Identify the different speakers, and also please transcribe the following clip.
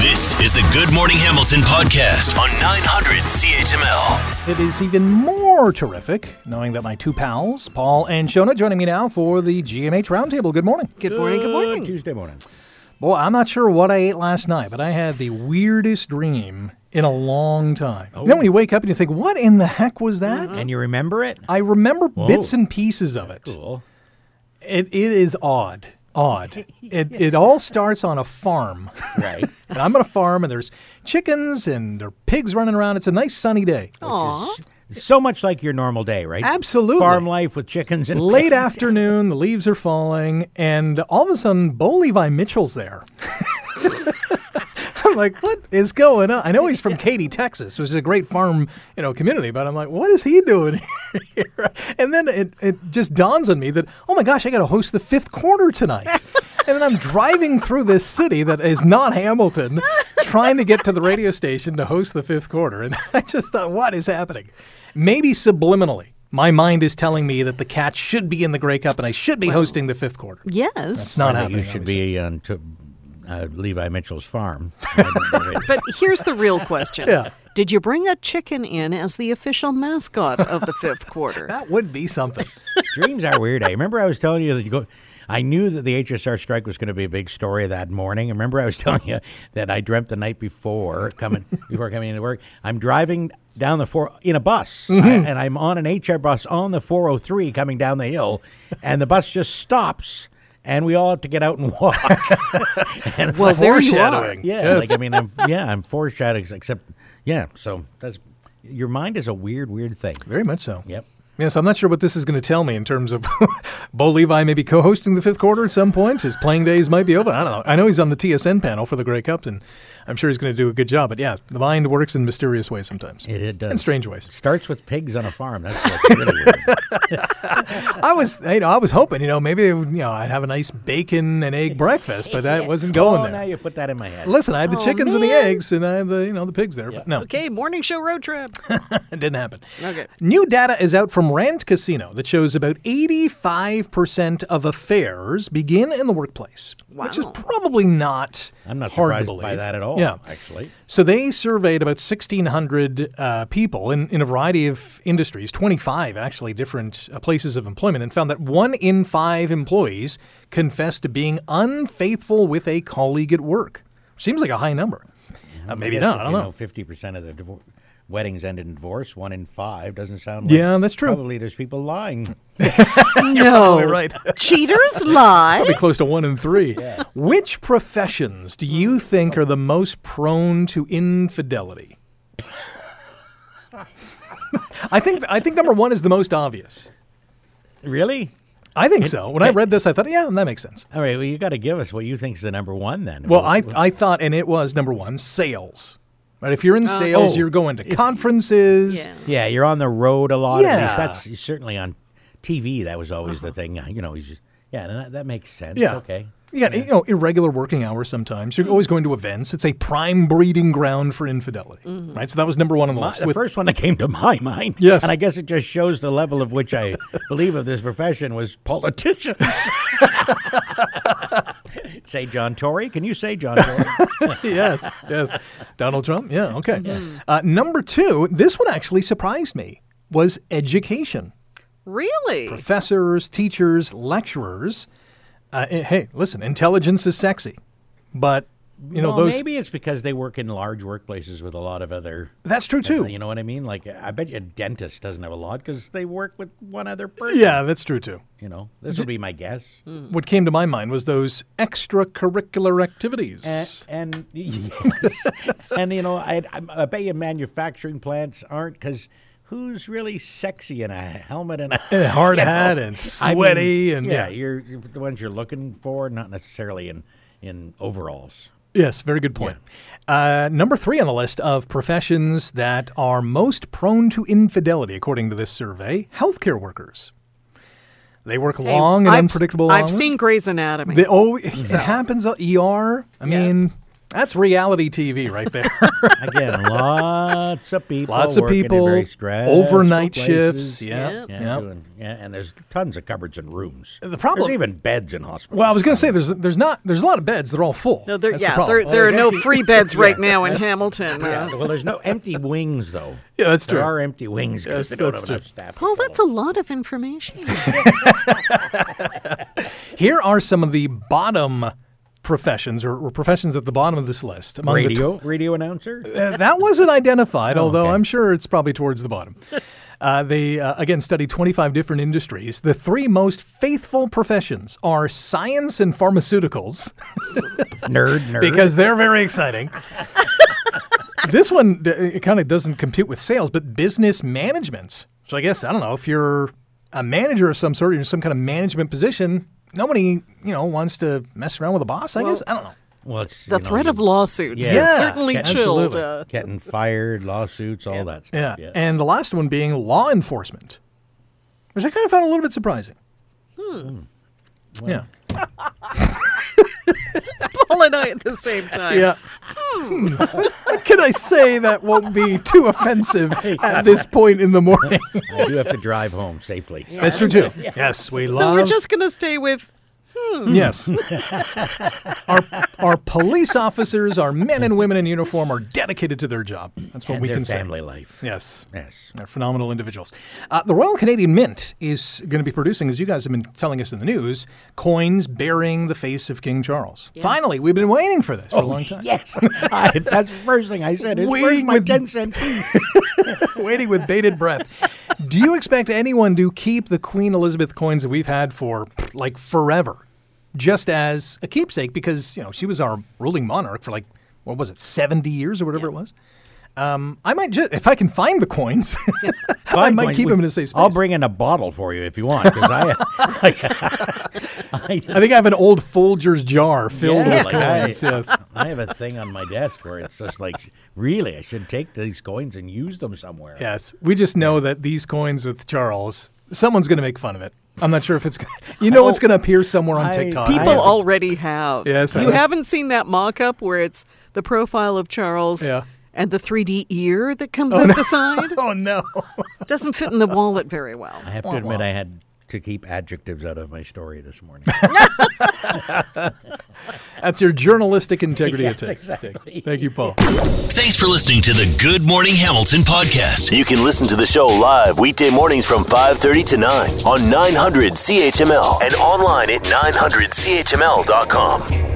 Speaker 1: This is the Good Morning Hamilton podcast on 900 CHML.
Speaker 2: It is even more terrific knowing that my two pals, Paul and Shona, joining me now for the GMH Roundtable. Good morning.
Speaker 3: Good morning. Good morning.
Speaker 4: Tuesday morning.
Speaker 2: Boy, I'm not sure what I ate last night, but I had the weirdest dream in a long time. You know when you
Speaker 3: Oh.
Speaker 2: wake up and you think, what in the heck was that?
Speaker 3: Mm-hmm.
Speaker 4: And you remember it?
Speaker 2: I remember bits and pieces of it.
Speaker 4: Cool.
Speaker 2: It, it is odd. Odd. It, it all starts on a farm.
Speaker 4: Right.
Speaker 2: And I'm on a farm, and there's chickens and there are pigs running around. It's a nice sunny day.
Speaker 3: Oh, Aw.
Speaker 4: so much like your normal day, right?
Speaker 2: Absolutely.
Speaker 4: Farm life with chickens and
Speaker 2: late afternoon, the leaves are falling, and all of a sudden, Bo Levi Mitchell's there. I'm like, what is going on? I know he's from Katy, Texas, which is a great farm, you know, community, but I'm like, what is he doing here? And then it, it just dawns on me that, oh my gosh, I got to host the fifth quarter tonight. and then I'm driving through this city that is not Hamilton, trying to get to the radio station to host the fifth quarter. And I just thought, what is happening? Maybe subliminally, my mind is telling me that the Cats should be in the Grey Cup and I should be hosting the fifth quarter.
Speaker 3: Yes.
Speaker 2: Not
Speaker 4: You
Speaker 2: happening.
Speaker 4: should
Speaker 2: obviously.
Speaker 4: be on to, uh, Levi Mitchell's farm.
Speaker 3: But here's the real question.
Speaker 2: Yeah.
Speaker 3: Did you bring a chicken in as the official mascot of the fifth quarter?
Speaker 2: That would be something.
Speaker 4: Dreams are weird. I remember I was telling you that you go. I knew that the HSR strike was going to be a big story that morning. And Remember, I was telling you that I dreamt the night before coming before coming into work. I'm driving down the four in a bus, I- and I'm on an HR bus on the 403 coming down the hill, and the bus just stops, and we all have to get out and walk. and it's
Speaker 3: Well,
Speaker 4: like,
Speaker 3: there you are.
Speaker 2: Foreshadowing.
Speaker 4: yeah,
Speaker 2: Yes.
Speaker 4: like I mean, I'm yeah, I'm foreshadowing. Except yeah, so that's your mind is a weird, weird thing.
Speaker 2: Very much so.
Speaker 4: Yep.
Speaker 2: Yes, I'm not sure what this is going to tell me in terms of Bo Levi maybe co-hosting the fifth quarter at some point. His playing days might be over. I don't know. I know he's on the TSN panel for the Grey Cup, and I'm sure he's going to do a good job. But yeah, the mind works in mysterious ways sometimes.
Speaker 4: It, it does.
Speaker 2: In strange ways.
Speaker 4: Starts with pigs on a farm. That's what's really weird.
Speaker 2: I was, you know, I was hoping, you know, maybe you know, I'd have a nice bacon and egg breakfast, but that wasn't going
Speaker 4: oh,
Speaker 2: there.
Speaker 4: now you put that in my head.
Speaker 2: Listen, I had the
Speaker 3: Oh,
Speaker 2: chickens and the
Speaker 3: man.
Speaker 2: eggs, and I had the, you know, the pigs there, but no,
Speaker 3: Okay, morning show road trip.
Speaker 2: it didn't happen.
Speaker 3: Okay.
Speaker 2: New data is out from Rand Casino that shows about 85% of affairs begin in the workplace, which is
Speaker 3: Wow.
Speaker 2: probably not
Speaker 4: I'm not
Speaker 2: hard to
Speaker 4: surprised
Speaker 2: believe.
Speaker 4: by that at all.
Speaker 2: Yeah.
Speaker 4: actually,
Speaker 2: So they surveyed about 1,600 uh, people in, in a variety of industries, 25 actually different uh, places of employment, and found that one in five employees confessed to being unfaithful with a colleague at work. Seems like a high number. Uh, maybe
Speaker 4: Guess
Speaker 2: not.
Speaker 4: if
Speaker 2: I don't
Speaker 4: you
Speaker 2: know.
Speaker 4: Fifty percent of the divor- weddings end in divorce. One in five doesn't sound. like
Speaker 2: Yeah, that's true.
Speaker 4: Probably there's people lying.
Speaker 3: no.
Speaker 2: probably right.
Speaker 3: Cheaters lie.
Speaker 2: Probably close to one in three. Which professions do you think are the most prone to infidelity? I think I think number one is the most obvious.
Speaker 4: Really?
Speaker 2: I think so. When I read this, I thought, yeah, that makes sense.
Speaker 4: All right. Well, you got to give us what you think is the number one then.
Speaker 2: Well, I, I thought, and it was number one, sales. Right? If you're in sales,
Speaker 4: Oh.
Speaker 2: you're going to conferences.
Speaker 3: Yeah.
Speaker 4: Yeah, you're on the road a lot. At
Speaker 2: Yeah. Uh-huh.
Speaker 4: least that's you're certainly on TV. That was always the thing. You know, you just, yeah, and that, that makes sense.
Speaker 2: Yeah.
Speaker 4: Okay.
Speaker 2: You got you know irregular working hours sometimes. You're always going to events. It's a prime breeding ground for infidelity, right? So that was number one on the
Speaker 4: Mm-hmm. My-
Speaker 2: list.
Speaker 4: Uh, the
Speaker 2: with-
Speaker 4: first one that came to my mind.
Speaker 2: Yes.
Speaker 4: And I guess it just shows the level of which I believe of this profession was politicians. say John Tory. Can you say John Tory?
Speaker 2: yes, yes. Donald Trump. Yeah. Okay. Uh, number two. This one actually surprised me. Was education.
Speaker 3: Really?
Speaker 2: Professors, teachers, lecturers. Uh, eh, hey, listen. Intelligence is sexy, but you know
Speaker 4: well,
Speaker 2: those.
Speaker 4: maybe it's because they work in large workplaces with a lot of other.
Speaker 2: That's true too.
Speaker 4: You know what I mean? Like, I bet you a dentist doesn't have a lot because they work with one other person.
Speaker 2: yeah, that's true too.
Speaker 4: You know, this would be my guess.
Speaker 2: What came to my mind was those extracurricular activities.
Speaker 4: A- and yes. and you know, I, I, I bet you manufacturing plants aren't because who's really sexy in a helmet and a
Speaker 2: a Eh, hard
Speaker 4: you know?
Speaker 2: hat and
Speaker 4: I mean,
Speaker 2: sweaty and- yeah.
Speaker 4: yeah, You're, you're the ones you're looking for, not necessarily in in overalls.
Speaker 2: Yes, very good point. Uh, number three on the list of professions that are most prone to infidelity, according to this survey, healthcare workers. They work
Speaker 3: Hey,
Speaker 2: long and
Speaker 3: I've-
Speaker 2: unpredictable
Speaker 3: I've
Speaker 2: hours.
Speaker 3: seen Grey's Anatomy.
Speaker 2: They, oh, it happens. uh, ER. E I mean, That's reality TV right there.
Speaker 4: Again, lots of people.
Speaker 2: Lots of
Speaker 4: working in
Speaker 2: people,
Speaker 4: very stressful
Speaker 2: overnight
Speaker 4: places.
Speaker 2: shifts. Yeah,
Speaker 3: Yep.
Speaker 4: Yeah,
Speaker 2: yeah.
Speaker 4: doing- yeah, and there's tons of cupboards and rooms.
Speaker 2: The problem-
Speaker 4: there's even beds in hospitals.
Speaker 2: Well, I was going to say there's there's not there's a lot of beds. They're all full.
Speaker 3: No, there,
Speaker 2: That's the
Speaker 3: yeah,
Speaker 2: problem.
Speaker 3: there, there are no free beds right now in Hamilton. Uh,
Speaker 4: well, there's no empty wings though.
Speaker 2: Yeah, that's
Speaker 4: There
Speaker 2: true.
Speaker 4: are empty wings
Speaker 2: Yes,
Speaker 4: because they don't
Speaker 2: that's
Speaker 4: have enough staff.
Speaker 3: Paul, that's a lot of information.
Speaker 2: Here are some of the bottom professions or, or professions at the bottom of this list. Among the
Speaker 4: radio, radio announcer.
Speaker 2: Uh, that wasn't identified, although
Speaker 4: Oh, okay.
Speaker 2: I'm sure it's probably towards the bottom. Uh, they uh, again studied 25 different industries. The three most faithful professions are science and pharmaceuticals
Speaker 4: nerd, nerd.
Speaker 2: because they're very exciting. this one d- it kind of doesn't compute with sales, but business management. So I guess I don't know if you're a manager of some sort, you're in some kind of management position. Nobody, you know, wants to mess around with a boss. I guess I don't know.
Speaker 4: well, it's,
Speaker 3: The
Speaker 4: you know,
Speaker 3: threat
Speaker 4: you-
Speaker 3: of lawsuits
Speaker 4: Yeah.
Speaker 3: has
Speaker 2: Yeah,
Speaker 3: certainly chilled.
Speaker 2: absolutely.
Speaker 3: Uh,
Speaker 4: getting fired, lawsuits, all that.
Speaker 2: Yeah.
Speaker 4: Stuff. yes.
Speaker 2: And the last one being law enforcement, which I kind of found a little bit surprising. Yeah.
Speaker 3: Paul and I at the same time.
Speaker 2: Yeah. Hmm. what can I say that won't be too offensive at this point in the morning?
Speaker 4: I do have to drive home safely.
Speaker 2: That's true too. Yes, we love. Mm.
Speaker 3: So we're just going to stay with
Speaker 2: yes. our our police officers, our men and women in uniform, are dedicated to their job. That's what
Speaker 4: And
Speaker 2: we
Speaker 4: their
Speaker 2: can
Speaker 4: family
Speaker 2: say.
Speaker 4: life.
Speaker 2: Yes.
Speaker 4: Yes.
Speaker 2: They're phenomenal individuals. Uh, the Royal Canadian Mint is going to be producing, as you guys have been telling us in the news, coins bearing the face of King Charles. Finally, we've been waiting for this for a long time.
Speaker 4: Yes, I, that's the first thing I said. Is
Speaker 2: Waiting
Speaker 4: where's my
Speaker 2: with-
Speaker 4: ten cent piece?
Speaker 2: waiting with bated breath. Do you expect anyone to keep the Queen Elizabeth coins that we've had for like forever, just as a keepsake? Because you know she was our ruling monarch for like what was it, seventy years or whatever it was. Um, I might just if I can find the coins, I
Speaker 4: Fine,
Speaker 2: might
Speaker 4: fine,
Speaker 2: keep
Speaker 4: we-
Speaker 2: them in a safe space.
Speaker 4: I'll bring in a bottle for you if you want, because I, I,
Speaker 2: I think I have an old Folgers jar filled
Speaker 4: Yeah,
Speaker 2: with
Speaker 4: like I-
Speaker 2: coins. yes.
Speaker 4: I have a thing on my desk where it's just like, really, I should take these coins and use them somewhere.
Speaker 2: Yes, we just know that these coins with Charles, someone's going to make fun of it. I'm not sure if it's, you know, it's going to appear somewhere on
Speaker 4: I-
Speaker 2: TikTok.
Speaker 4: I
Speaker 3: people
Speaker 4: haven't-
Speaker 3: already have.
Speaker 2: Yes, I
Speaker 3: you
Speaker 2: have.
Speaker 3: haven't seen that mock up where it's the profile of Charles
Speaker 2: Yeah.
Speaker 3: and the 3D ear that comes out the side?
Speaker 2: oh no!
Speaker 3: Doesn't fit in the wallet very well.
Speaker 4: I have to admit, I had to keep adjectives out of my story this morning.
Speaker 2: That's your journalistic integrity. at stake. Thank you, Paul.
Speaker 1: Thanks for listening to the Good Morning Hamilton podcast. You can listen to the show live weekday mornings from 5:30 to 9 on 900 CHML and online at 900chml.com.